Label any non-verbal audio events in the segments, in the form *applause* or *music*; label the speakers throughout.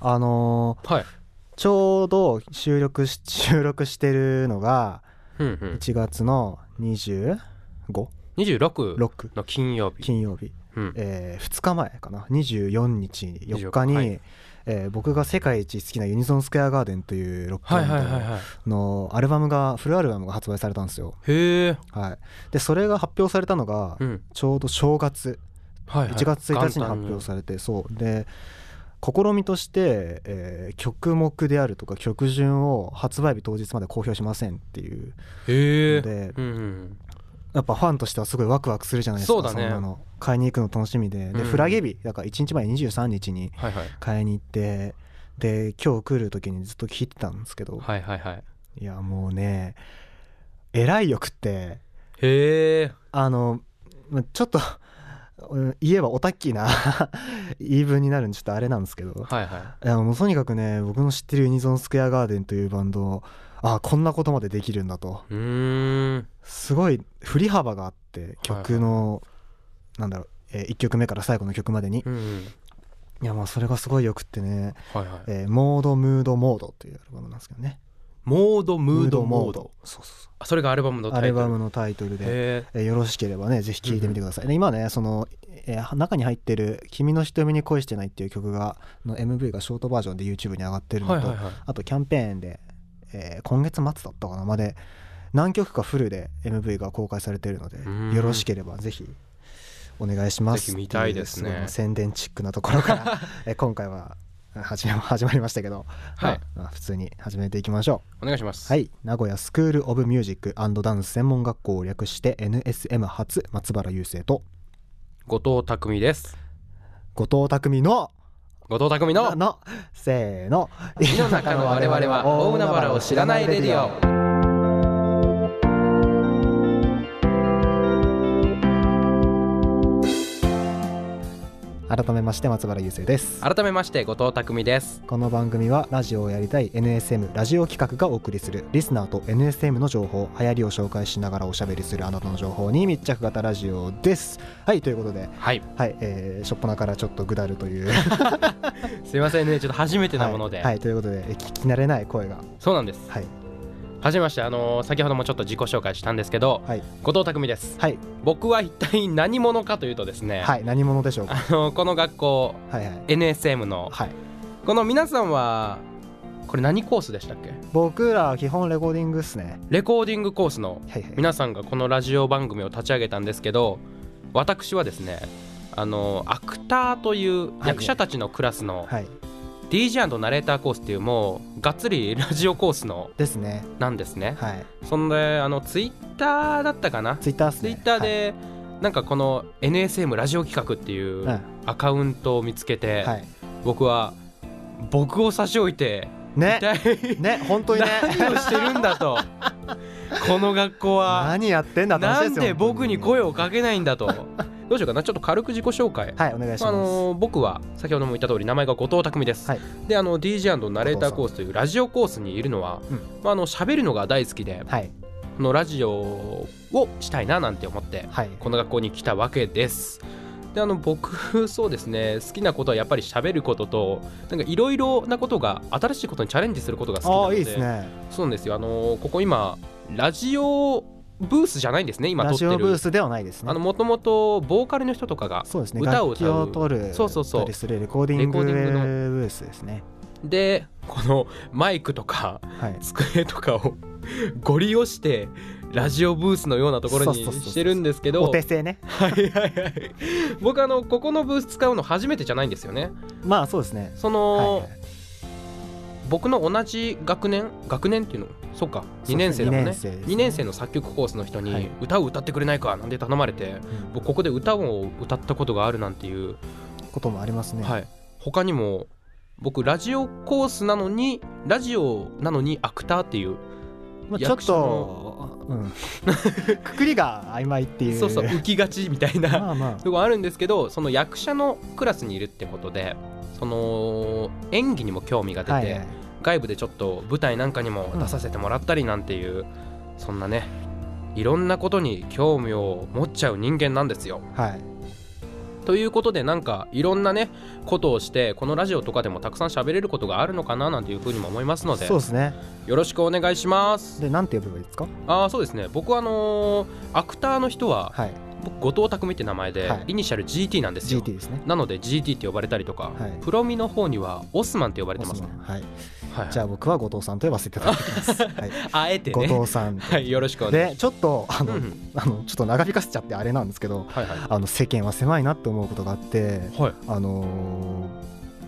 Speaker 1: あのー
Speaker 2: はい
Speaker 1: ちょうど収録し収録してるのが
Speaker 2: うんうん
Speaker 1: 1月の25
Speaker 2: 26
Speaker 1: 6
Speaker 2: の金曜日
Speaker 1: 金曜日、
Speaker 2: うん
Speaker 1: えー2日前かな24日4日に、
Speaker 2: はい
Speaker 1: えー僕が世界一好きなユニゾンスクエアガーデンというロック
Speaker 2: はいはいはい
Speaker 1: バン
Speaker 2: はい
Speaker 1: ドのアルバムがフルアルバムが発売されたんですよ、
Speaker 2: へえ
Speaker 1: はい、でそれが発表されたのが
Speaker 2: うん
Speaker 1: ちょうど正月
Speaker 2: はいはい
Speaker 1: 1月1日に
Speaker 2: 元
Speaker 1: 発
Speaker 2: 旦
Speaker 1: 表されてそうで試みとして、えー曲目であるとか曲順を発売日当日まで公表しませんっていう
Speaker 2: へ
Speaker 1: の
Speaker 2: え
Speaker 1: で
Speaker 2: うんうん
Speaker 1: やっぱファンとしてはすごいワクワクするじゃないですか
Speaker 2: そうだね
Speaker 1: んなの買いに行くの楽しみでで、
Speaker 2: うん
Speaker 1: フラゲ日だから1日前23日に
Speaker 2: はいはい
Speaker 1: 買いに行ってで今日来る時にずっと聞いてたんですけど、
Speaker 2: はいはいはい
Speaker 1: い、やもうね偉いよくって
Speaker 2: へえ
Speaker 1: あのまちょっと *laughs* うん言えばオタッキーな *laughs* 言い分になるんでちょっとあれなんですけど、
Speaker 2: はいはい
Speaker 1: やもうとにかくね僕の知ってるユニゾンスクエアガーデンというバンドあこんなことまでできるんだと
Speaker 2: いうーん
Speaker 1: すごい振り幅があって曲の、なんだろう、え1曲目から最後の曲までに、
Speaker 2: うんうん
Speaker 1: いやまあそれがすごいよくってね
Speaker 2: はいは
Speaker 1: 「
Speaker 2: い
Speaker 1: えーモードムードモード」というアルバムなんですけどね
Speaker 2: モードムード
Speaker 1: ム
Speaker 2: モード
Speaker 1: そうそうそう
Speaker 2: あそれがアルバムのタ
Speaker 1: ア
Speaker 2: イトル
Speaker 1: ルバムのタイトルで、
Speaker 2: へえ
Speaker 1: えーよろしければねぜひ聴いてみてください、で今ねその、えー中に入ってる「君の瞳に恋してない」っていう曲がの MV がショートバージョンで YouTube に上がってるのと、
Speaker 2: はいはいはい
Speaker 1: あとキャンペーンで、えー今月末だったかなまで何曲かフルで MV が公開されているので
Speaker 2: うん
Speaker 1: よろしければぜひお願いします
Speaker 2: ぜひ見たいですね
Speaker 1: ってうごい宣伝チックなところから
Speaker 2: *laughs*
Speaker 1: えー今回は始め始まりましたけど、
Speaker 2: はい
Speaker 1: まあまあ普通に始めていきましょう
Speaker 2: お願いします
Speaker 1: はい名古屋スクール・オブ・ミュージックダンス専門学校を略して NSM 初松原雄生と
Speaker 2: 後藤匠です
Speaker 1: 後藤匠の
Speaker 2: 後藤匠の
Speaker 1: のせーの
Speaker 2: 井の中の
Speaker 1: *laughs*
Speaker 2: 我々は大海原を知らないレディオ
Speaker 1: 改めまして松原雄生です
Speaker 2: 改めまして後藤匠です
Speaker 1: この番組はラジオをやりたい NSM ラジオ企画がお送りするリスナーと NSM の情報流行りを紹介しながらおしゃべりするあなたの情報に密着型ラジオですはいということで
Speaker 2: はい
Speaker 1: はいえー、しょっぱなからちょっとぐだると
Speaker 2: *laughs*
Speaker 1: いう
Speaker 2: すいませんねちょっと初めてなもので、
Speaker 1: はい、はいということでえー聞き慣れない声が
Speaker 2: そうなんです
Speaker 1: はい
Speaker 2: はじめましてあのー先ほどもちょっと自己紹介したんですけど
Speaker 1: はい
Speaker 2: 後藤匠です
Speaker 1: はい
Speaker 2: 僕は一体何者かというとですね、
Speaker 1: はい何者でしょうか
Speaker 2: あのーこの学校
Speaker 1: はいはい
Speaker 2: NSM の
Speaker 1: はい
Speaker 2: この皆さんはこれ何コースでしたっけ
Speaker 1: 僕らは基本レコーディングっすね
Speaker 2: レコーディングコースの
Speaker 1: はいはい
Speaker 2: 皆さんがこのラジオ番組を立ち上げたんですけど私はですねあのーアクターという
Speaker 1: はい
Speaker 2: 役者たちのクラスの
Speaker 1: はい
Speaker 2: DJ& ナレーターコースっていうもうがっつりラジオコースの
Speaker 1: ですね
Speaker 2: なんですね
Speaker 1: はい
Speaker 2: そんであのツイッターだったかな
Speaker 1: ツイッターっす
Speaker 2: ツイ
Speaker 1: ね
Speaker 2: ッター、で、なんかこの NSM ラジオ企画ってい
Speaker 1: はいう
Speaker 2: アカウントを見つけて、
Speaker 1: んはい
Speaker 2: 僕は僕を差し置いて一
Speaker 1: ね
Speaker 2: 体、
Speaker 1: ね本当にね
Speaker 2: 何をしてるんだとこの学校は
Speaker 1: 何やってんだって話
Speaker 2: な
Speaker 1: です
Speaker 2: ん
Speaker 1: よ
Speaker 2: で僕に声
Speaker 1: を
Speaker 2: をかけないんだとどうしようかなちょっと軽く自己紹介、
Speaker 1: はいお願いします、
Speaker 2: あのー僕は先ほども言った通り名前が後藤匠です、
Speaker 1: はい
Speaker 2: であの DJ& ナレーターコースというラジオコースにいるのは、
Speaker 1: うん
Speaker 2: まあ、あの喋るのが大好きで
Speaker 1: はい
Speaker 2: このラジオをしたいななんて思って
Speaker 1: はい
Speaker 2: この学校に来たわけです。であの僕 *laughs* そうですね好きなことはやっぱり喋ることとなんかいろいろなことが新しいことにチャレンジすることが好きな
Speaker 1: あ
Speaker 2: の
Speaker 1: あい
Speaker 2: で
Speaker 1: いですね
Speaker 2: そうなんですよあのここ今ラジオブースじゃないんですね今
Speaker 1: ラ
Speaker 2: 撮っ
Speaker 1: ジ
Speaker 2: て
Speaker 1: オブー
Speaker 2: る
Speaker 1: スではないですね
Speaker 2: あのもともとボーカルの人とかが
Speaker 1: そうですね
Speaker 2: 歌を
Speaker 1: 楽器
Speaker 2: 歌う
Speaker 1: を取る
Speaker 2: そうそうそう
Speaker 1: たりするレコーディング
Speaker 2: レコーディング
Speaker 1: ブースですね
Speaker 2: でこのマイクとか *laughs*
Speaker 1: はい
Speaker 2: 机とかを *laughs* ご利用してラジオブースのようなところに
Speaker 1: そうそうそうそう
Speaker 2: してるんですけど
Speaker 1: お手製ね
Speaker 2: はいはいはい僕あのここのブース使うの初めてじゃないんですよね
Speaker 1: まあそうですね
Speaker 2: そ
Speaker 1: はい
Speaker 2: の、
Speaker 1: はい
Speaker 2: 僕の同じ学年学年っていうのそうか2年生だもんね
Speaker 1: そうですね
Speaker 2: 2年生の作曲コースの人
Speaker 1: は
Speaker 2: に
Speaker 1: い
Speaker 2: 歌を歌ってくれないかなんて頼まれて
Speaker 1: うん
Speaker 2: 僕ここで歌を歌ったことがあるなんていう、
Speaker 1: こともありますね
Speaker 2: はい、他にも僕ラジオコースなのにラジオなのにアクターっていう
Speaker 1: まあちょっ
Speaker 2: 役者 *laughs*
Speaker 1: とうんくくりが曖昧っていう
Speaker 2: そうそう浮きがちみたいな
Speaker 1: まあ
Speaker 2: *laughs*
Speaker 1: まあ
Speaker 2: とこあるんですけどその役者のクラスにいるってことでその演技にも興味が出て、
Speaker 1: はいはい
Speaker 2: 外部でちょっと舞台なんかにも出させてもらったりなんていう、そんなねいろんなことに興味を持っちゃう人間なんですよ
Speaker 1: はい
Speaker 2: ということでなんかいろんなねことをしてこのラジオとかでもたくさん喋れることがあるのかななんていうふうにも思いますので
Speaker 1: そうですね
Speaker 2: よろしくお願いします
Speaker 1: でなんて呼べばいいですか
Speaker 2: ああそうですね僕はあのーアクターの人は
Speaker 1: はい
Speaker 2: 僕後藤匠って名前で、
Speaker 1: はい
Speaker 2: イニシャル GT なんですよ
Speaker 1: GT ですね
Speaker 2: なので GT って呼ばれたりとか、
Speaker 1: はい
Speaker 2: プロミの方にはオスマンって呼ばれてますね
Speaker 1: オスマンはい
Speaker 2: はい、
Speaker 1: じゃあ僕は後藤さんと呼ばせていただき
Speaker 2: *laughs*
Speaker 1: ます、はい、
Speaker 2: あえてね
Speaker 1: 後藤さん
Speaker 2: はいよろしくお願いし
Speaker 1: でちょっとあ
Speaker 2: ま
Speaker 1: の,、
Speaker 2: す、うん
Speaker 1: あのちょっと長引かせちゃってあれなんですけど
Speaker 2: はいはい
Speaker 1: あの世間は狭いなって思うことがあって
Speaker 2: はい
Speaker 1: あのー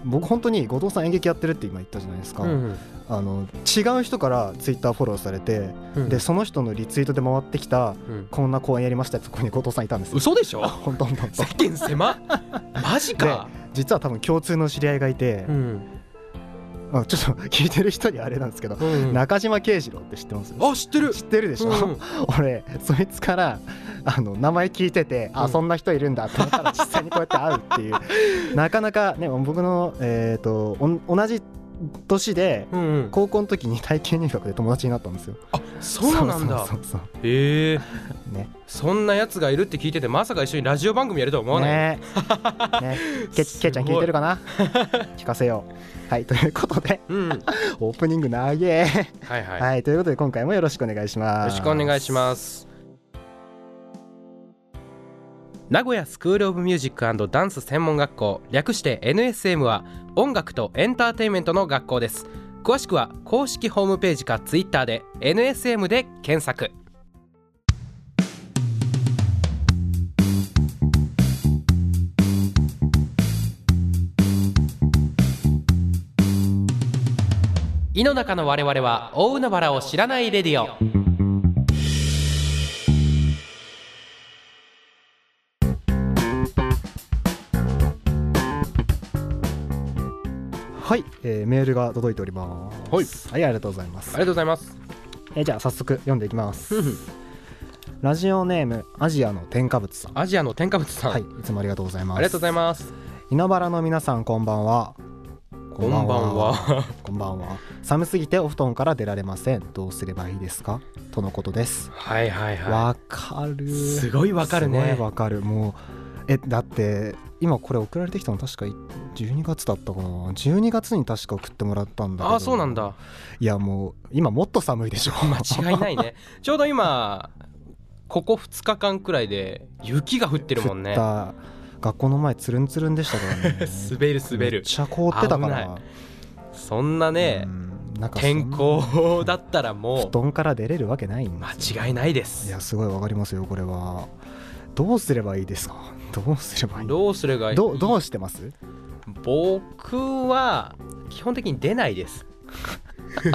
Speaker 1: 僕本当に後藤さん演劇やってるって今言ったじゃないですか、
Speaker 2: うん
Speaker 1: あの違う人からツイッターフォローされて、
Speaker 2: うん
Speaker 1: でその人のリツイートで回ってきた
Speaker 2: うん
Speaker 1: こんな公演やりましたってとこに後藤さんいたんですよ
Speaker 2: 嘘でしょ
Speaker 1: あ本当本当本当
Speaker 2: *laughs* 世間狭 *laughs* っマジか、
Speaker 1: 実は多分共通の知り合いがいて、
Speaker 2: うん
Speaker 1: あちょっと聞いてる人にあれなんですけど、
Speaker 2: うん、あ
Speaker 1: 中島慶次郎って知ってます
Speaker 2: 知ってる
Speaker 1: 知ってるでしょ、
Speaker 2: うん
Speaker 1: *laughs* 俺そいつからあの名前聞いてて、
Speaker 2: う
Speaker 1: あ
Speaker 2: ん
Speaker 1: そんな人いるんだと思
Speaker 2: *laughs*
Speaker 1: ったら実際にこうやって会うっていうなかなかね僕の、えー、とおん同じ年で
Speaker 2: うんうん
Speaker 1: 高校の時に体験入学で友達になったんですよ
Speaker 2: あそうなんだ
Speaker 1: そうそうそう
Speaker 2: へえ
Speaker 1: そうね
Speaker 2: そんなやつがいるって聞いててまさか一緒にラジオ番組やるとは思わない、
Speaker 1: ね
Speaker 2: *laughs*
Speaker 1: ねけけい
Speaker 2: すごい
Speaker 1: ちゃん聞いてるか
Speaker 2: *laughs*
Speaker 1: な聞かせようはいということで
Speaker 2: うんはい
Speaker 1: オープニング長え
Speaker 2: はい、よ
Speaker 1: はい、ということで今回もよろしくお願いします。
Speaker 2: ろしくお願いします名古屋スクール・オブ・ミュージックダンス専門学校略して NSM は音楽とエンターテインメントの学校です詳しくは公式ホームページか Twitter で NSM で検索井の中の我々は大海原を知らないレディオ
Speaker 1: はい、えーメールが届いております。
Speaker 2: は
Speaker 1: は
Speaker 2: い
Speaker 1: い、ありがとうございま
Speaker 2: あり
Speaker 1: す
Speaker 2: が。とうございます
Speaker 1: えーじゃあ早速読んでいきます。ラジオネームアジアの添加物さん。
Speaker 2: アジアの添加物さん、
Speaker 1: はい、いつもありがとうございます。
Speaker 2: ありがとうござい
Speaker 1: す。
Speaker 2: ます
Speaker 1: 稲原の皆さんこんばんは。
Speaker 2: こんばんは
Speaker 1: こんばんは。寒すぎてお布団から出られません。どうすればいいですか？とのことです。
Speaker 2: はいはいは
Speaker 1: わ、かる。
Speaker 2: いすごいわかるね
Speaker 1: すごいわかる。もうえだって今これ送られてきたの確か12月だったかな。12月に確か送ってもらったんだけど。
Speaker 2: ああそうなん。だ
Speaker 1: いやもう今もっと寒いでしょ
Speaker 2: 間違
Speaker 1: *laughs*
Speaker 2: いないねちょうど今ここ2日間くらいで雪が降ってるも
Speaker 1: *laughs*
Speaker 2: んね
Speaker 1: 降った学校の前つるんつるんでしたから
Speaker 2: *laughs*
Speaker 1: ね
Speaker 2: 滑る滑
Speaker 1: めっ
Speaker 2: る
Speaker 1: ちゃ凍ってたか
Speaker 2: 危
Speaker 1: ら
Speaker 2: なそんなね
Speaker 1: うんなんかそん
Speaker 2: 天候だったら
Speaker 1: 布
Speaker 2: もう
Speaker 1: 団から出れるわけないんだ
Speaker 2: 間違いないで
Speaker 1: い
Speaker 2: す
Speaker 1: やすごいわかりますよこれはどうすればいいですか *laughs* どうすればいい
Speaker 2: どうすればいい
Speaker 1: どうどうしてます
Speaker 2: 僕は基本的に出ないです
Speaker 1: *laughs*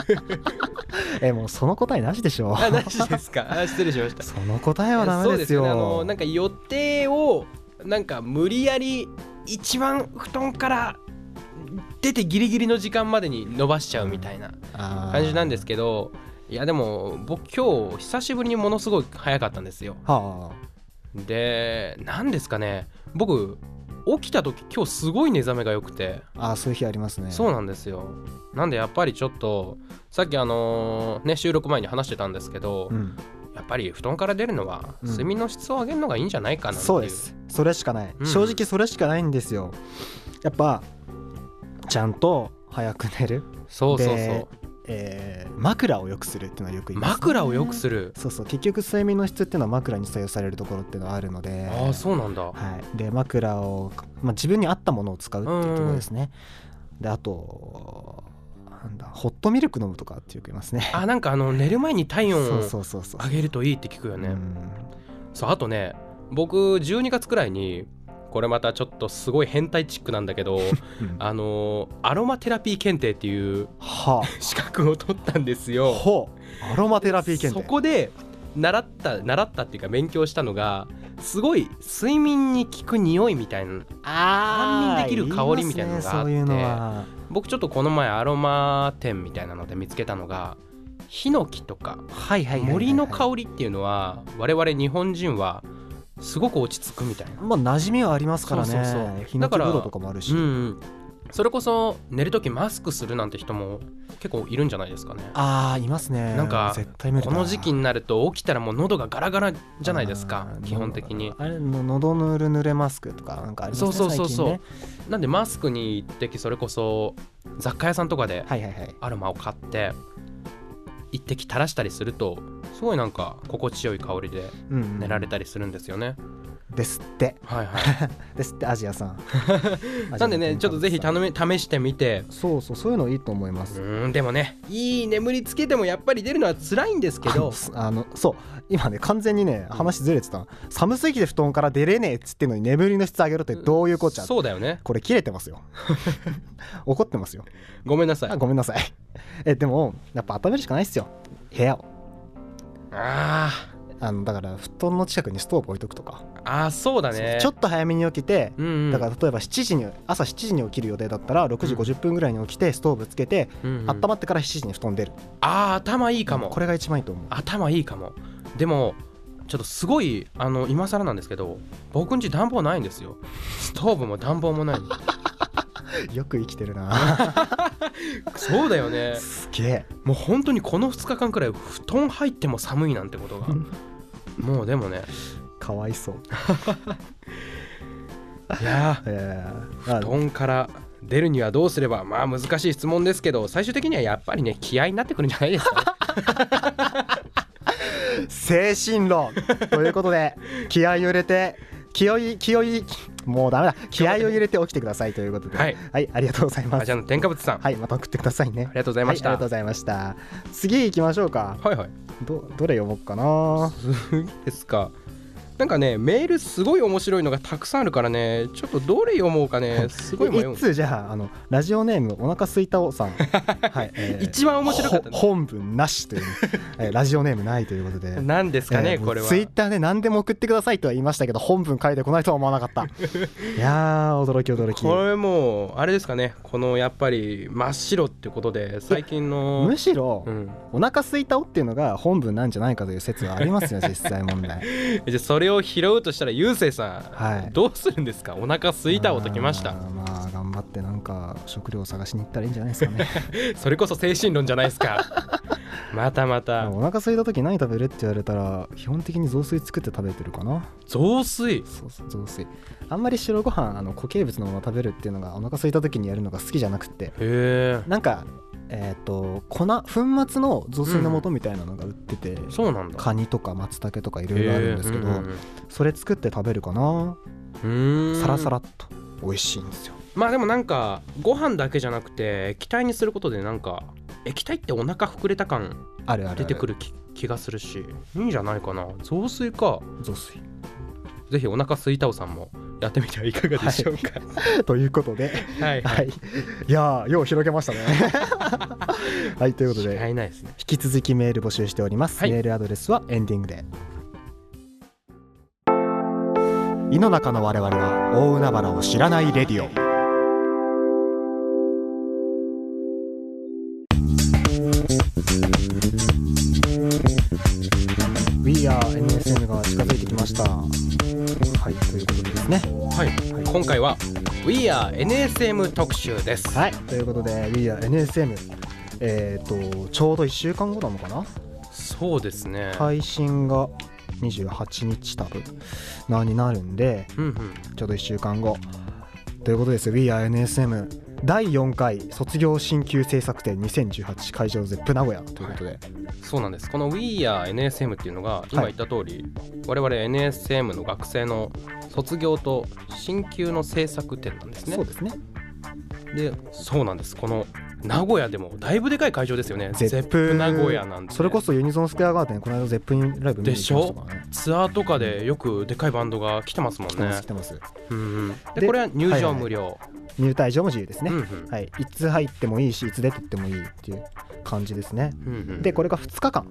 Speaker 1: えもうその答えなしで
Speaker 2: *laughs*
Speaker 1: しょ
Speaker 2: あなしですかあ失礼しました
Speaker 1: その答えはダ
Speaker 2: そ
Speaker 1: メ
Speaker 2: う
Speaker 1: ですよ
Speaker 2: ねあのなんか予定をなんか無理やり一番布団から出てギリギリの時間までに伸ばしちゃうみたいな感
Speaker 1: 感
Speaker 2: じなんですけどいやでも僕今日久しぶりにものすごい早かったんですよ
Speaker 1: は
Speaker 2: で何ですかね僕起きた時今日すごい寝覚めが良くて
Speaker 1: ああーそういう日ありますね
Speaker 2: そうなんですよなんでやっぱりちょっとさっきあのーね収録前に話してたんですけど、
Speaker 1: うん
Speaker 2: やっぱり布団から出るのは
Speaker 1: うん
Speaker 2: 睡眠の質を上げるのがいいんじゃないかなっていう、
Speaker 1: そうですそれしかない、
Speaker 2: うん
Speaker 1: 正直それしかないんですよやっぱちゃんと早く寝る、
Speaker 2: そうそうそう
Speaker 1: でえー枕を良くするっていうのはよく言います、
Speaker 2: 枕を良くする
Speaker 1: そうそう結局睡眠の質っていうのは枕に左右されるところっていうのはあるので
Speaker 2: ああそうなんだ
Speaker 1: はい、で枕を、まあ、自分に合ったものを使うっていうところですね、であとなんだホットミルク飲むとかってよく言いますね
Speaker 2: あなんかあの寝る前に体温
Speaker 1: そう
Speaker 2: を
Speaker 1: そうそうそう
Speaker 2: 上げるといいって聞くよね
Speaker 1: うん
Speaker 2: そうあとね僕12月くらいにこれまたちょっとすごい変態チックなん
Speaker 1: *laughs*
Speaker 2: だけど
Speaker 1: うん
Speaker 2: あのーアロマテラピー検定って
Speaker 1: *laughs*
Speaker 2: いう
Speaker 1: は
Speaker 2: 資格を取ったんです
Speaker 1: あ
Speaker 2: よ
Speaker 1: ほうアロマテラピー検
Speaker 2: そ
Speaker 1: 定
Speaker 2: こで習った習ったっていうか勉強したのがすごい睡眠に効く匂いみたいな
Speaker 1: あ
Speaker 2: 安眠できる香りみたいな
Speaker 1: いま
Speaker 2: のがあって
Speaker 1: すねそういうのは
Speaker 2: 僕ちょっとこの前アロマ店みたいなので見つけたのがヒノキとか
Speaker 1: はいはいはいはいはい
Speaker 2: 森の香りっていうのは我々日本人はすごく落ち着くみたいな、
Speaker 1: まあ馴染みはありますからね
Speaker 2: そうそうそう
Speaker 1: ヒノキ
Speaker 2: だから
Speaker 1: 風呂とかもあるし、
Speaker 2: うん、それこそ寝る時マスクするなんて人も結構いるんじゃないですかね
Speaker 1: ああいますね
Speaker 2: なんか
Speaker 1: 絶対無理だ
Speaker 2: こ
Speaker 1: な
Speaker 2: の時期になると起きたらもう喉がガラガラじゃないですか
Speaker 1: あー
Speaker 2: 基本的に
Speaker 1: あれの喉ぬるぬれマスクとかなんかありますね
Speaker 2: そうそうそうそう
Speaker 1: 最
Speaker 2: なんでマスクに一滴それこそ雑貨屋さんとかで
Speaker 1: 近ねはいはいはい
Speaker 2: アロマを買って一滴垂らしたりするとすごいなんか心地よい香りで
Speaker 1: うんうん
Speaker 2: 寝られたりするんですよね、
Speaker 1: ですって
Speaker 2: はいは
Speaker 1: ですってアジア
Speaker 2: *laughs*
Speaker 1: さん
Speaker 2: いなんでねちょっとぜひ試め試してみて
Speaker 1: そうそうそういうのいいと思いま
Speaker 2: う
Speaker 1: す
Speaker 2: ーんでもねいい眠りつけてもやっぱり出るのは辛いんですけ
Speaker 1: あの
Speaker 2: ど
Speaker 1: すあのそう今ね完全にね
Speaker 2: うん
Speaker 1: 話ずれてた、寒すぎて布団から出れねえっつってんのに眠りの質上げろってどういうこっちゃ
Speaker 2: そうだよね
Speaker 1: これ切れてます
Speaker 2: *laughs*
Speaker 1: よ怒ってますよ
Speaker 2: ごめんなさい
Speaker 1: あごめんなさいえでもやっぱ温めるしかないっすよ部屋を
Speaker 2: あ
Speaker 1: あのだから布団の近くにストーブ置いとくとか、
Speaker 2: ーあーそうだね
Speaker 1: ちょっと早めに起きて
Speaker 2: うんうん
Speaker 1: だから例えば7時に朝7時に起きる予定だったら6時
Speaker 2: うん
Speaker 1: 50分ぐらいに起きてストーブつけて、
Speaker 2: うんうん
Speaker 1: 温まってから7時に布団出る
Speaker 2: あー頭いいかも
Speaker 1: これが一番いいと思う
Speaker 2: 頭いいかもでもちょっとすごいあの今更なんですけど僕ん家暖房ないんですよストーブも暖房もない
Speaker 1: よく生きてる *laughs* な
Speaker 2: そうだよね
Speaker 1: すげえ
Speaker 2: もう本当にこの2日間くらい布団入っても寒いなんて
Speaker 1: *laughs*
Speaker 2: ことがもうでもね
Speaker 1: かわいそう
Speaker 2: いや
Speaker 1: えー
Speaker 2: ー布団から出るにはどうすればまあ難しい質問ですけど最終的にはやっぱりね気合になってくるんじゃないです
Speaker 1: *laughs*
Speaker 2: か、ね、
Speaker 1: 精神
Speaker 2: *laughs*
Speaker 1: 論ということで気合を入れて気合い気合いもうダメだ気合を入れて起きてくださいということでは、
Speaker 2: はいい
Speaker 1: ありがとうございま
Speaker 2: ア
Speaker 1: す
Speaker 2: ジアの添加物さん、
Speaker 1: はいまた送ってくださいね
Speaker 2: ありがとうございました、
Speaker 1: はい、ありがとうございました次行きましょうか
Speaker 2: はいはい
Speaker 1: どどれ読もうかな
Speaker 2: すごいですかなんかねメールすごい面白いのがたくさんあるからねちょっとどれ読もうかねすごい迷う
Speaker 1: 一通じゃああのラジオネームお腹すいたおさん
Speaker 2: *laughs*
Speaker 1: はい、えー
Speaker 2: 一番面白かった
Speaker 1: ほ本文なしという、えーラジオネームないということで
Speaker 2: なんですか
Speaker 1: え
Speaker 2: ね、
Speaker 1: ー
Speaker 2: これは
Speaker 1: ツイッターで何でも送ってくださいとは言いましたけど本文書いてこないとは思わなか
Speaker 2: *laughs*
Speaker 1: ったいやー驚き驚き
Speaker 2: これもうあれですかねこのやっぱり真っ白ってことで最近の
Speaker 1: むしろ、
Speaker 2: うん、
Speaker 1: お腹すいたおっていうのが本文なんじゃないかという説はありますよ実際問題
Speaker 2: じゃあそれを拾うとしたらゆうせいさん、
Speaker 1: はい
Speaker 2: どうするんですかお腹すいたおときまし
Speaker 1: あ
Speaker 2: た
Speaker 1: ーまあ頑張ってなんか食料を探しに行ったらいいんじゃないですか
Speaker 2: *laughs*
Speaker 1: ね
Speaker 2: それこそ精神論じゃないですか *laughs* またま
Speaker 1: で
Speaker 2: た
Speaker 1: もお腹すいた時何食べるって言われたら基本的に雑炊作って食べてるかな
Speaker 2: 雑炊
Speaker 1: そうそう雑炊あんまり白ご飯あの固形物のまま食べるっていうのがお腹空いた時にやるのが好きじゃなくて
Speaker 2: へえ
Speaker 1: なんかえっ、と粉粉末の雑炊の素みたいなのが売ってて、
Speaker 2: そうなんだ
Speaker 1: カニとか松茸とかいろいろあるんですけど、
Speaker 2: へー
Speaker 1: それ作って食べるかな
Speaker 2: うんうんうん
Speaker 1: サラサラっと美味しいんですよ
Speaker 2: まあでもなんかご飯だけじゃなくて液体にすることでなんか液体ってお腹膨れた感
Speaker 1: あるあるあ
Speaker 2: 出てく
Speaker 1: る
Speaker 2: るき気がするしいいんじゃないかな雑炊か
Speaker 1: 雑炊
Speaker 2: ぜひお腹すいたおさんもやってみてはいかがでしょうか
Speaker 1: *laughs* ということで
Speaker 2: *laughs* はい
Speaker 1: はいいやーよう広げま
Speaker 2: *laughs*
Speaker 1: したねはいということで
Speaker 2: 違いないですね
Speaker 1: 引き続きメール募集しております、
Speaker 2: はい
Speaker 1: メールアドレスはエンディングで井の中の我々は大海原を知らないレディオ「We are NSM」が近づいてきましたはいということでですね
Speaker 2: はい、
Speaker 1: はい
Speaker 2: 今回は We are NSM 特集です
Speaker 1: はいということで「We are NSM」えっ、とちょうど1週間後なのかな
Speaker 2: そうですねい
Speaker 1: 配信が28日多分なになるんで
Speaker 2: うんうん
Speaker 1: ちょうど1週間後ということです「We are NSM」第4回卒業進級制作展2018会場ゼップ名古屋ということで、
Speaker 2: そうなんですこの We are NSM っていうのが今
Speaker 1: はい
Speaker 2: 言った通り、我々 NSM の学生の卒業と進級の制作展なんですね
Speaker 1: そうですね
Speaker 2: でそうなんですこの名古屋でもだいぶでかい会場ですよね
Speaker 1: ゼップ
Speaker 2: ゼップ名古屋なんで
Speaker 1: それこそユニゾンスクエアガーデンこの間ゼップインライブ見に行きましたからね
Speaker 2: ツアーとかでよくでかいバンドが来てますもん
Speaker 1: 来てま
Speaker 2: ね
Speaker 1: す来てます
Speaker 2: うんうんで
Speaker 1: で
Speaker 2: これは入
Speaker 1: はいは
Speaker 2: 場
Speaker 1: い
Speaker 2: 無料
Speaker 1: 入退場も自由です
Speaker 2: う
Speaker 1: ね、
Speaker 2: んうん
Speaker 1: はい、いつ入ってもいいしいつ出てってもいいっていう感じですね
Speaker 2: うんうん
Speaker 1: でこれが2日間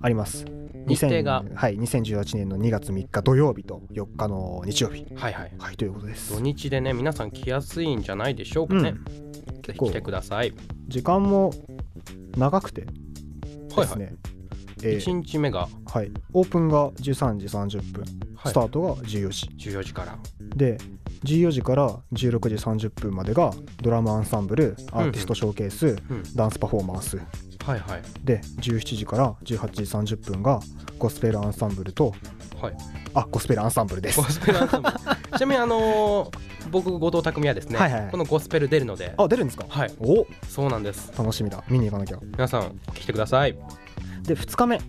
Speaker 1: あります
Speaker 2: 日程が
Speaker 1: 2000はい、2018年の2月3日土曜日と4日の日曜日
Speaker 2: はいはい
Speaker 1: はいということです
Speaker 2: 土日でね皆さん来やすいんじゃないでしょうか
Speaker 1: う
Speaker 2: ね
Speaker 1: ん、
Speaker 2: ぜひ
Speaker 1: 構
Speaker 2: 来てください
Speaker 1: 時間も長くて
Speaker 2: は
Speaker 1: で
Speaker 2: い
Speaker 1: す
Speaker 2: はい
Speaker 1: ね、え
Speaker 2: 1
Speaker 1: ー
Speaker 2: 日目が、
Speaker 1: はい、オープンが13時30分、
Speaker 2: はい
Speaker 1: スタートが14時
Speaker 2: 14時から
Speaker 1: で14時から16時30分までがドラムアンサンブルアーティストショーケース、
Speaker 2: うん
Speaker 1: ダンスパフォーマンス
Speaker 2: はいはい
Speaker 1: で17時から18時30分がゴスペルアンサンブルと
Speaker 2: はい
Speaker 1: あゴスペルアンサンブルです
Speaker 2: ゴスペルアンサンブル
Speaker 1: *laughs*
Speaker 2: ちなみにあのー僕後藤匠はですね、
Speaker 1: はいはい
Speaker 2: このゴスペル出るので
Speaker 1: あ出るんですか
Speaker 2: はい
Speaker 1: お
Speaker 2: そうなんです
Speaker 1: 楽しみだ見に行かなきゃ
Speaker 2: 皆さん来てください
Speaker 1: で2日目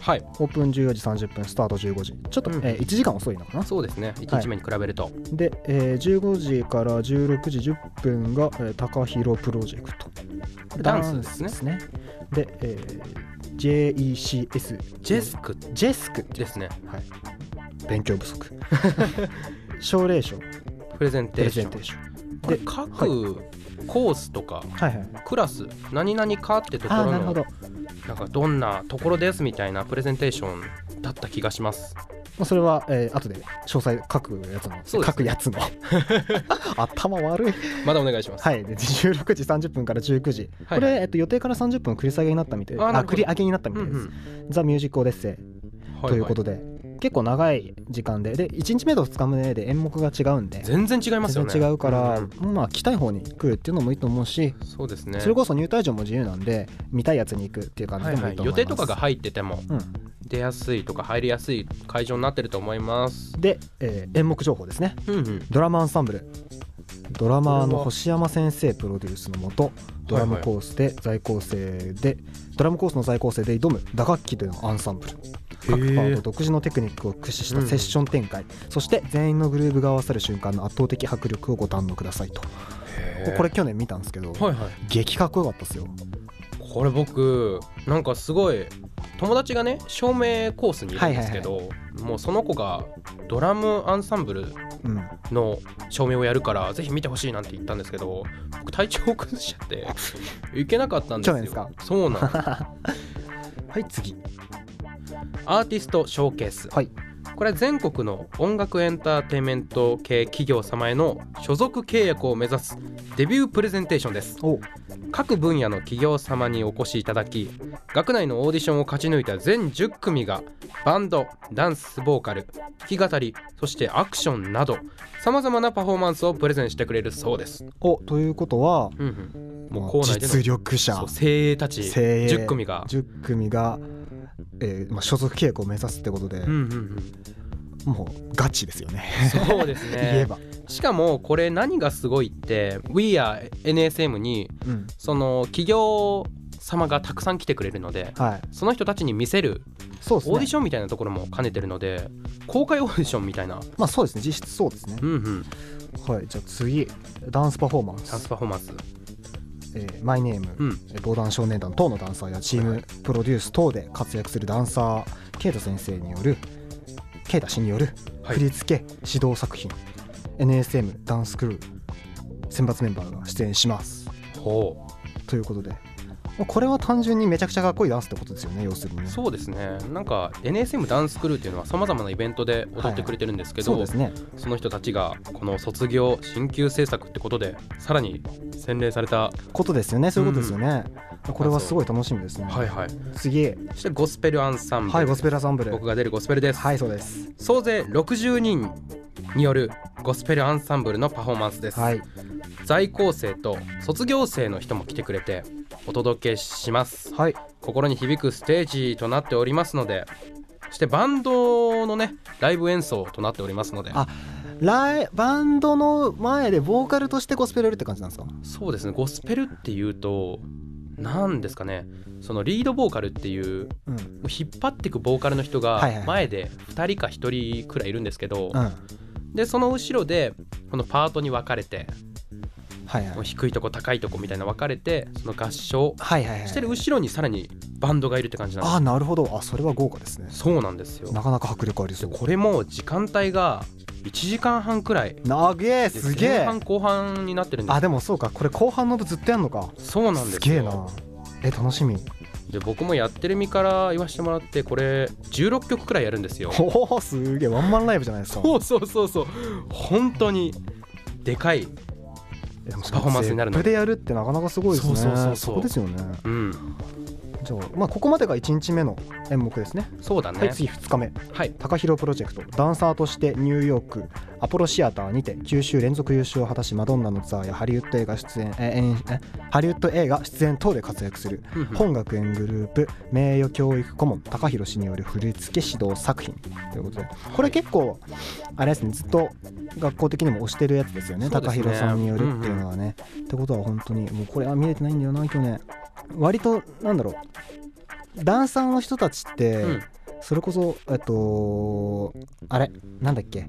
Speaker 2: はい
Speaker 1: オープン14時30分スタート15時ちょっと、
Speaker 2: うん
Speaker 1: え1時間遅いのかな
Speaker 2: そうですね1
Speaker 1: はい
Speaker 2: 日目に比べると、
Speaker 1: で、えー15時から16時10分が、えー、高広プロジェクトこれ
Speaker 2: ダンスですね
Speaker 1: ねで、えー JECS
Speaker 2: ジェスク
Speaker 1: ジェスクってい
Speaker 2: ですね
Speaker 1: うはい、勉強不
Speaker 2: *laughs*
Speaker 1: 足奨励賞
Speaker 2: プレゼン
Speaker 1: プ
Speaker 2: テ
Speaker 1: レ
Speaker 2: ー
Speaker 1: ゼ
Speaker 2: シ
Speaker 1: ン
Speaker 2: ョ
Speaker 1: テ
Speaker 2: ン
Speaker 1: ーション
Speaker 2: これ
Speaker 1: で
Speaker 2: 各コースとか
Speaker 1: はいはい
Speaker 2: クラス何々かってとこ
Speaker 1: ああ
Speaker 2: ろ
Speaker 1: ーなる
Speaker 2: の
Speaker 1: ほどま
Speaker 2: なんかどんなところですみたいなプレゼンテーションだった気がします
Speaker 1: あそれは、えー、後で詳細書くやつの、
Speaker 2: そうですね
Speaker 1: 書くや
Speaker 2: *laughs*
Speaker 1: つの頭悪い
Speaker 2: まだお願いします
Speaker 1: はい、で16時30分から19時、
Speaker 2: はい
Speaker 1: これ、えっと、予定から30分繰り下げになったみたい
Speaker 2: あなる
Speaker 1: あ
Speaker 2: ほど
Speaker 1: 繰り上げになったみ
Speaker 2: う
Speaker 1: たい
Speaker 2: ん
Speaker 1: です、
Speaker 2: うん
Speaker 1: ザ・ミュージック・オデッセイ
Speaker 2: はは
Speaker 1: ということで、結構長い時間でで1日目と2日目で演目が違うんで
Speaker 2: 全然違いますよね
Speaker 1: 全然違うから、
Speaker 2: ん
Speaker 1: まあ来たい方に来るっていうのもいいと思うし、
Speaker 2: そうですね
Speaker 1: それこそ入退場も自由なんで見たいやつに行くっていう感じ
Speaker 2: は
Speaker 1: で
Speaker 2: い
Speaker 1: も
Speaker 2: はい
Speaker 1: い
Speaker 2: い
Speaker 1: と思いま
Speaker 2: 予
Speaker 1: す、
Speaker 2: 定とかが入ってても
Speaker 1: うん、
Speaker 2: 出やすいとか入りやすい会場になってると思います
Speaker 1: で、えー演目情報ですね
Speaker 2: うんうん
Speaker 1: ドラマアンサンブルドラマー
Speaker 2: これ
Speaker 1: の
Speaker 2: は
Speaker 1: 星山先生プロデュースのもとドラムコースで在校生で、ドラムコースの在校生で挑む打楽器というのアンサンブル各パート独自のテクニックを駆使したセッション展開、そして全員のグルーブが合わさる瞬間の圧倒的迫力をご堪能くださいと
Speaker 2: へー
Speaker 1: これ去年見たんですけど、
Speaker 2: はいはい
Speaker 1: 激かっこよかったですよ
Speaker 2: これ僕なんかすごい友達がね照明コースにいるんですけど、もうその子がドラムアンサンブル
Speaker 1: うん
Speaker 2: の照明をやるからぜひ見てほしいなんて言ったんですけど僕体調を崩しちゃ *laughs* って行けなかったんです
Speaker 1: 去
Speaker 2: よ
Speaker 1: 年ですか
Speaker 2: そうなん
Speaker 1: はい次
Speaker 2: アーティストショーケース
Speaker 1: はい
Speaker 2: これは全国の音楽エンターテインメント系企業様への所属契約を目指すデビュープレゼンテーションです
Speaker 1: お
Speaker 2: 各分野の企業様にお越しいただき学内のオーディションを勝ち抜いた全10組がバンドダンスボーカル弾き語りそしてアクションなどさまざまなパフォーマンスをプレゼンしてくれるそうです、
Speaker 1: おということは
Speaker 2: うんうん、もう校内での
Speaker 1: 実力者
Speaker 2: そう精鋭たち
Speaker 1: 精鋭
Speaker 2: 10組が、
Speaker 1: 10組が、えーまあ、所属契約を目指すってことで、
Speaker 2: うんうんうん、
Speaker 1: もうガチですよね
Speaker 2: そうです
Speaker 1: *laughs* 言え
Speaker 2: ね
Speaker 1: ば、
Speaker 2: しかもこれ何がすごいって We are NSM に
Speaker 1: うん、
Speaker 2: その企業様がたくさん来てくれるので
Speaker 1: はい
Speaker 2: その人たちに見せる
Speaker 1: そうですね
Speaker 2: オーディシ
Speaker 1: ョン
Speaker 2: ョンみたいなところも兼ねてるので公開オーディションみたいな
Speaker 1: まあそうですね実質そうですね
Speaker 2: うんうん
Speaker 1: はいじゃあ次ダンスパフォーマン
Speaker 2: ダンス
Speaker 1: ス
Speaker 2: パフォーマンス
Speaker 1: 「えーマイネーム」
Speaker 2: うん
Speaker 1: えー防弾少年団等のダンサーやチームプロデュース等で活躍するダンサー啓太先生による啓太氏による
Speaker 2: はい
Speaker 1: 振り付け指導作品、NSM ダンスクルー選抜メンバーが出演します
Speaker 2: ほ
Speaker 1: ということでまあこれは単純にめちゃくちゃかっこいいダンスってことですよね要するにね
Speaker 2: うそうですねなんか NSM ダンスクルーっていうのはさまざまなイベントで踊ってくれてるんですけど、
Speaker 1: そうですね
Speaker 2: その人たちがこの卒業進級制作ってことでさらに洗練されたは
Speaker 1: ことですよねそういうことですよね、これはすごい楽しみですね、
Speaker 2: いはい
Speaker 1: 次
Speaker 2: そしてゴスペルアンサンブル、
Speaker 1: はいゴスペラサンブル
Speaker 2: 僕が出るゴスペルです、
Speaker 1: はいそうです
Speaker 2: 総勢60人によるゴスペルアンサンブルのパフォーマンスです、
Speaker 1: はい
Speaker 2: 在校生と卒業生の人も来てくれてお届けします
Speaker 1: はい
Speaker 2: 心に響くステージとなっておりますのでそしてバンドのねライブ演奏となっておりますので
Speaker 1: あライバンドの前でボーカルとしてゴスペルやるって感じなんですか
Speaker 2: そうですねゴスペルっていうと何ですかねそのリードボーカルっていう
Speaker 1: うん
Speaker 2: 引っ張ってくボーカルの人が
Speaker 1: はいはいはい
Speaker 2: 前で2人か1人くらいいるんですけど、
Speaker 1: うんは
Speaker 2: でその後ろでこのパートに分かれて
Speaker 1: いはい
Speaker 2: 低いとこ高いとこみたいな分かれてその合唱
Speaker 1: はいはいはい
Speaker 2: してる後ろにさらにバンドがいるって感じなん
Speaker 1: ああなるほどあそれは豪華ですね
Speaker 2: ですそうなんですよ
Speaker 1: なかなか迫力あり
Speaker 2: で
Speaker 1: そう
Speaker 2: これも時間帯が1時間半くらい
Speaker 1: 長え
Speaker 2: です
Speaker 1: げえ
Speaker 2: 前半後半になってるんです
Speaker 1: あでもそうかこれ後半の部ずっとやんのか
Speaker 2: そうなんです
Speaker 1: す
Speaker 2: よ
Speaker 1: げえなえ楽しみ
Speaker 2: で僕もやってる身から言わせてもらってこれ16曲くらいやるんですよ
Speaker 1: おおすげえワンマンライブじゃないですか
Speaker 2: そうそうそうそう本当にでかい
Speaker 1: えでもそれ
Speaker 2: パフォーマンスになるの
Speaker 1: ゼップでやるってなかなかすごいですね
Speaker 2: そうそうそうそう
Speaker 1: こですよね
Speaker 2: うん
Speaker 1: じゃあ、まあ、ここまでが1日目の演目ですね。
Speaker 2: そうだね。
Speaker 1: はい、次2日目。
Speaker 2: はい。
Speaker 1: 高広プロジェクトダンサーとしてニューヨークアポロシアターにて9週連続優勝を果たしマドンナのツアーやハリウッド映画出演え演えハリウッド映画出演等で活躍する
Speaker 2: ふんふん
Speaker 1: 本学園グループ名誉教育顧問高弘氏による振り付け指導作品ということでこれ結構あれですねずっと学校的にも推してるやつですよね
Speaker 2: そうです
Speaker 1: 高
Speaker 2: ね
Speaker 1: 弘さんによるっていうのはね、ってことは本当にもうこれは見れてないんだよな去年割となんだろうダンサーの人たちって、
Speaker 2: うん
Speaker 1: それこそえっとあれなんだっけ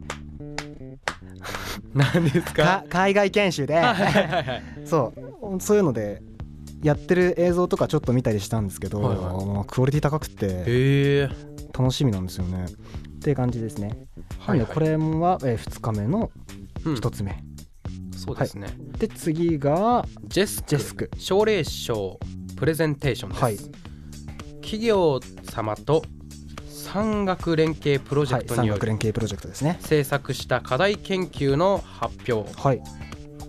Speaker 2: 何です
Speaker 1: か
Speaker 2: か。
Speaker 1: 海外研修で
Speaker 2: はいはいはいはい。
Speaker 1: *laughs* そうそういうのでやってる映像とかちょっと見たりしたんですけど、
Speaker 2: はいはい
Speaker 1: まあクオリティ高くて
Speaker 2: へえ。
Speaker 1: 楽しみなんですよねっていう感じですね、
Speaker 2: はい
Speaker 1: なのでこれは、え2日目の1
Speaker 2: 一
Speaker 1: つ目、
Speaker 2: つ。そうですね。
Speaker 1: で次が
Speaker 2: ジェス
Speaker 1: ジェスク
Speaker 2: 奨励賞プレゼンテーションです、
Speaker 1: はい
Speaker 2: 企業様と産学連携プロジェ
Speaker 1: は
Speaker 2: ク
Speaker 1: い
Speaker 2: ト
Speaker 1: 三
Speaker 2: によ
Speaker 1: 角
Speaker 2: る
Speaker 1: 連携プロジェクトですね
Speaker 2: 制作した課題研究の発表
Speaker 1: はい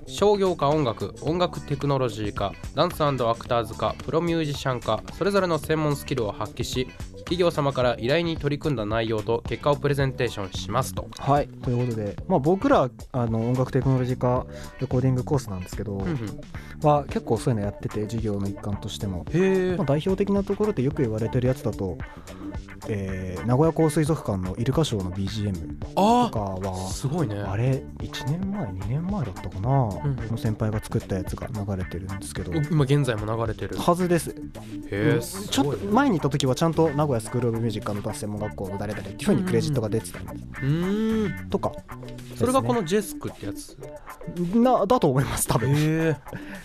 Speaker 2: 商業化音楽音楽テクノロジー化ダンスアクターズ化プロミュージシャン化それぞれの専門スキルを発揮し企業様から依頼に取り組んだ内容と結果をプレゼンテーションしますと。
Speaker 1: はいということで、まあ、僕らあの音楽テクノロジー科レコーディングコースなんですけど、
Speaker 2: うんうん
Speaker 1: は結構そういうのやってて授業の一環としても、
Speaker 2: へえ
Speaker 1: まあ、代表的なところでよく言われてるやつだと、えー名古屋港水族館のイルカショーの BGM と
Speaker 2: あ
Speaker 1: か
Speaker 2: あ
Speaker 1: は
Speaker 2: すごいね。
Speaker 1: あれ1年前2年前だったかな、
Speaker 2: うん
Speaker 1: の先輩が作ったやつが流れてるんですけど、
Speaker 2: 今現在も流れてる。
Speaker 1: はずです、
Speaker 2: へえ
Speaker 1: ちょっと前に行った時はちゃんと名古屋スクール・オブ・ミュージックのダンス専門学校の誰々っていうふうにクレジットが出てたんです
Speaker 2: うーん
Speaker 1: とか、
Speaker 2: それがこのジェスクってやつ。
Speaker 1: ですねなだと思います多分、
Speaker 2: え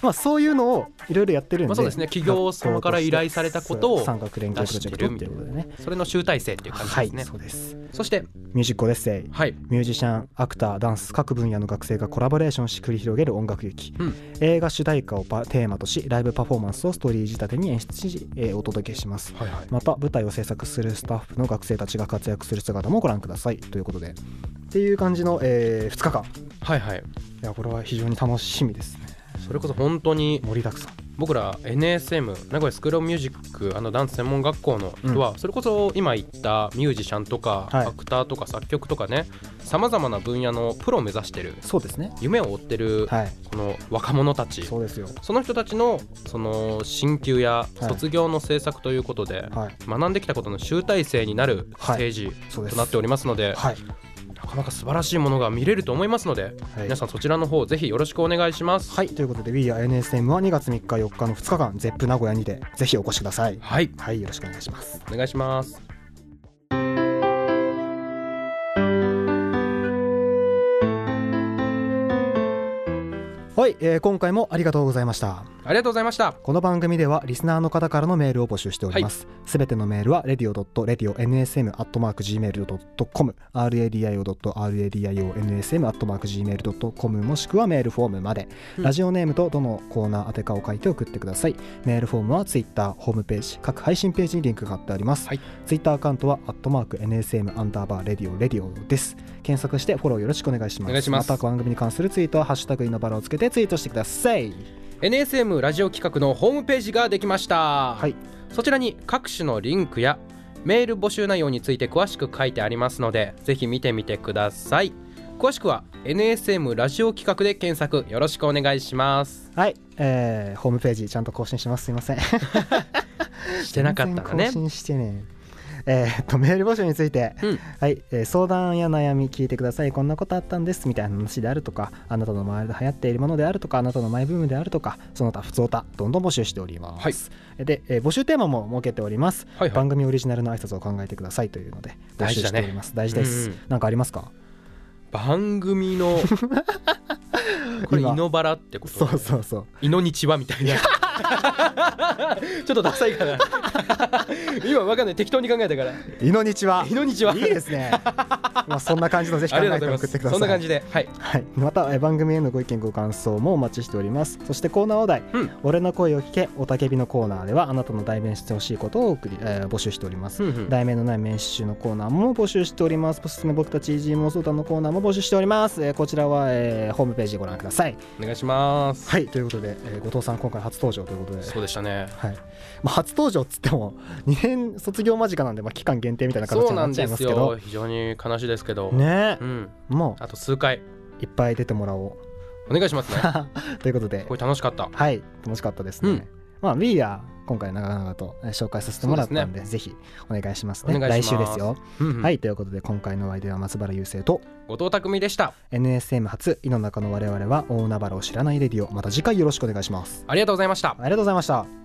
Speaker 1: まあ、そういうのをいろいろやってるんで、
Speaker 2: まあそうですね企業様から依頼されたことを
Speaker 1: そう三角連携プロジェクトっていうことでね
Speaker 2: それの集大成っていう感じ
Speaker 1: は
Speaker 2: で
Speaker 1: い
Speaker 2: すね。
Speaker 1: そうです
Speaker 2: そして
Speaker 1: ミュージックオデッセイ
Speaker 2: はい
Speaker 1: ミュージシャンアクターダンス各分野の学生がコラボレーションし繰り広げる音楽劇、
Speaker 2: うん
Speaker 1: 映画主題歌をパテーマとしライブパフォーマンスをストーリー仕立てに演出し、えーお届けします
Speaker 2: はいはい
Speaker 1: また舞台を制作するスタッフの学生たちが活躍する姿もご覧くださいということでっていう感じの、え2日間
Speaker 2: はいはい。
Speaker 1: いやこれは非常に楽しみですね
Speaker 2: それこそ本当に
Speaker 1: 盛りだくさん
Speaker 2: 僕ら NSM 名古屋スクールオブミュージックあのダンス専門学校の人は、それこそ今言ったミュージシャンとか、
Speaker 1: はい
Speaker 2: アクターとか作曲とかねさまざまな分野のプロを目指してる
Speaker 1: そうですね
Speaker 2: 夢を追ってる
Speaker 1: はい
Speaker 2: この若者たち。
Speaker 1: そうですよ
Speaker 2: その人たちのその進級や
Speaker 1: はい
Speaker 2: 卒業の制作ということで、
Speaker 1: はい
Speaker 2: 学んできたことの集大成になるステージ
Speaker 1: そうです
Speaker 2: となっておりますので、
Speaker 1: はい
Speaker 2: なかなか素晴らしいものが見れると思いますので、皆さんそちらの方ぜひよろしくお願いします
Speaker 1: はいということで We are NSM は2月3日4日の2日間ゼップ名古屋にてぜひお越しください
Speaker 2: はい
Speaker 1: はいよろしくお願いします
Speaker 2: お願いします
Speaker 1: はい、えー今回もありがとうございました
Speaker 2: ありがとうございました
Speaker 1: この番組ではリスナーの方からのメールを募集しておりますすべ、てのメールは radio.radio.nsm.gmail.com radio.radio.nsm.gmail.com もしくはメールフォームまで、
Speaker 2: うん
Speaker 1: ラジオネームとどのコーナー宛てかを書いて送ってくださいメールフォームは Twitter ホームページ各配信ページにリンクが貼ってあります、
Speaker 2: はい
Speaker 1: Twitter アカウントは @nsm アンダーバーレディオレディオです検索してフォローよろしくお願いします
Speaker 2: お願いします
Speaker 1: また番組に関するツイートはハッシュタグイノバラをつけてツイートしてください
Speaker 2: NSM ラジオ企画のホームページができました、
Speaker 1: はい
Speaker 2: そちらに各種のリンクやメール募集内容について詳しく書いてありますのでぜひ見てみてください詳しくは NSM ラジオ企画で検索よろしくお願いします
Speaker 1: はい、えーホームページちゃんと更新します。すいません。し
Speaker 2: してなかったらね
Speaker 1: 更新してね。えーっとメール募集について、
Speaker 2: うん
Speaker 1: はいえー相談や悩み聞いてくださいこんなことあったんですみたいな話であるとかあなたの周りで流行っているものであるとかあなたのマイブームであるとかその他普通歌どんどん募集しております、
Speaker 2: はい
Speaker 1: で、えー募集テーマも設けております、
Speaker 2: はいはい
Speaker 1: 番組オリジナルの挨拶を考えてくださいというので募
Speaker 2: 大
Speaker 1: 集
Speaker 2: 事だ
Speaker 1: し
Speaker 2: ね
Speaker 1: ております大事,、です、
Speaker 2: うんうん
Speaker 1: なんかありますか
Speaker 2: 番組の *laughs* これ「
Speaker 1: 今
Speaker 2: イノバラ」ってこと
Speaker 1: そうそうそう
Speaker 2: イノニチワみたいなちょっとダサいかな今わかんない適当に考えたから
Speaker 1: いのにちは
Speaker 2: イノニチワ
Speaker 1: いいですねまあそんな感じのぜひ考
Speaker 2: ありが
Speaker 1: え
Speaker 2: と
Speaker 1: て
Speaker 2: うご
Speaker 1: 送
Speaker 2: ざ
Speaker 1: っ
Speaker 2: い
Speaker 1: てくださ
Speaker 2: ます
Speaker 1: い
Speaker 2: そんな感じではい
Speaker 1: はい、またえー番組へのご意見ご感想もお待ちしておりますそしてコーナーお題「
Speaker 2: うん
Speaker 1: 俺の声を聞け」おたけびのコーナーではあなたの代弁してほしいことを送り、えー募集しております、
Speaker 2: うんうん
Speaker 1: 題名のない名刺集のコーナーも募集しておりますおすすめ僕たち EG 妄想団のコーナーも募集しております、えーこちらは、えーホームページご覧ください
Speaker 2: お願いします
Speaker 1: はいということで、えー後藤さん今回初登場ということで
Speaker 2: そうでしたね
Speaker 1: はいまあ、初登場っつっても2年卒業間近なんで、まあ、期間限定みたいな形
Speaker 2: そう
Speaker 1: に
Speaker 2: な
Speaker 1: なっ
Speaker 2: ん
Speaker 1: ちゃ
Speaker 2: で
Speaker 1: います
Speaker 2: す
Speaker 1: けど
Speaker 2: よ非常に悲しいですけど
Speaker 1: ね
Speaker 2: う
Speaker 1: え、
Speaker 2: ん
Speaker 1: も
Speaker 2: あと数回
Speaker 1: ういっぱい出てもらおう *laughs*
Speaker 2: お願いします *laughs* ね
Speaker 1: ということで
Speaker 2: これ楽しかった
Speaker 1: はい、楽しかったですね。
Speaker 2: うん
Speaker 1: まあ、We are 今回長々とえー紹介させてもらったんで、ぜひお願いしますね。
Speaker 2: お願い
Speaker 1: 来
Speaker 2: しま
Speaker 1: 週
Speaker 2: す
Speaker 1: ですよ。
Speaker 2: うんうん
Speaker 1: はい、ということで今回のお相手は松原優生と
Speaker 2: 後藤匠でした
Speaker 1: NSM 初井の中の我々は大海原を知らないレディオ。また次回よろしくお願いします。
Speaker 2: ありがとうございました
Speaker 1: ありがとうございました。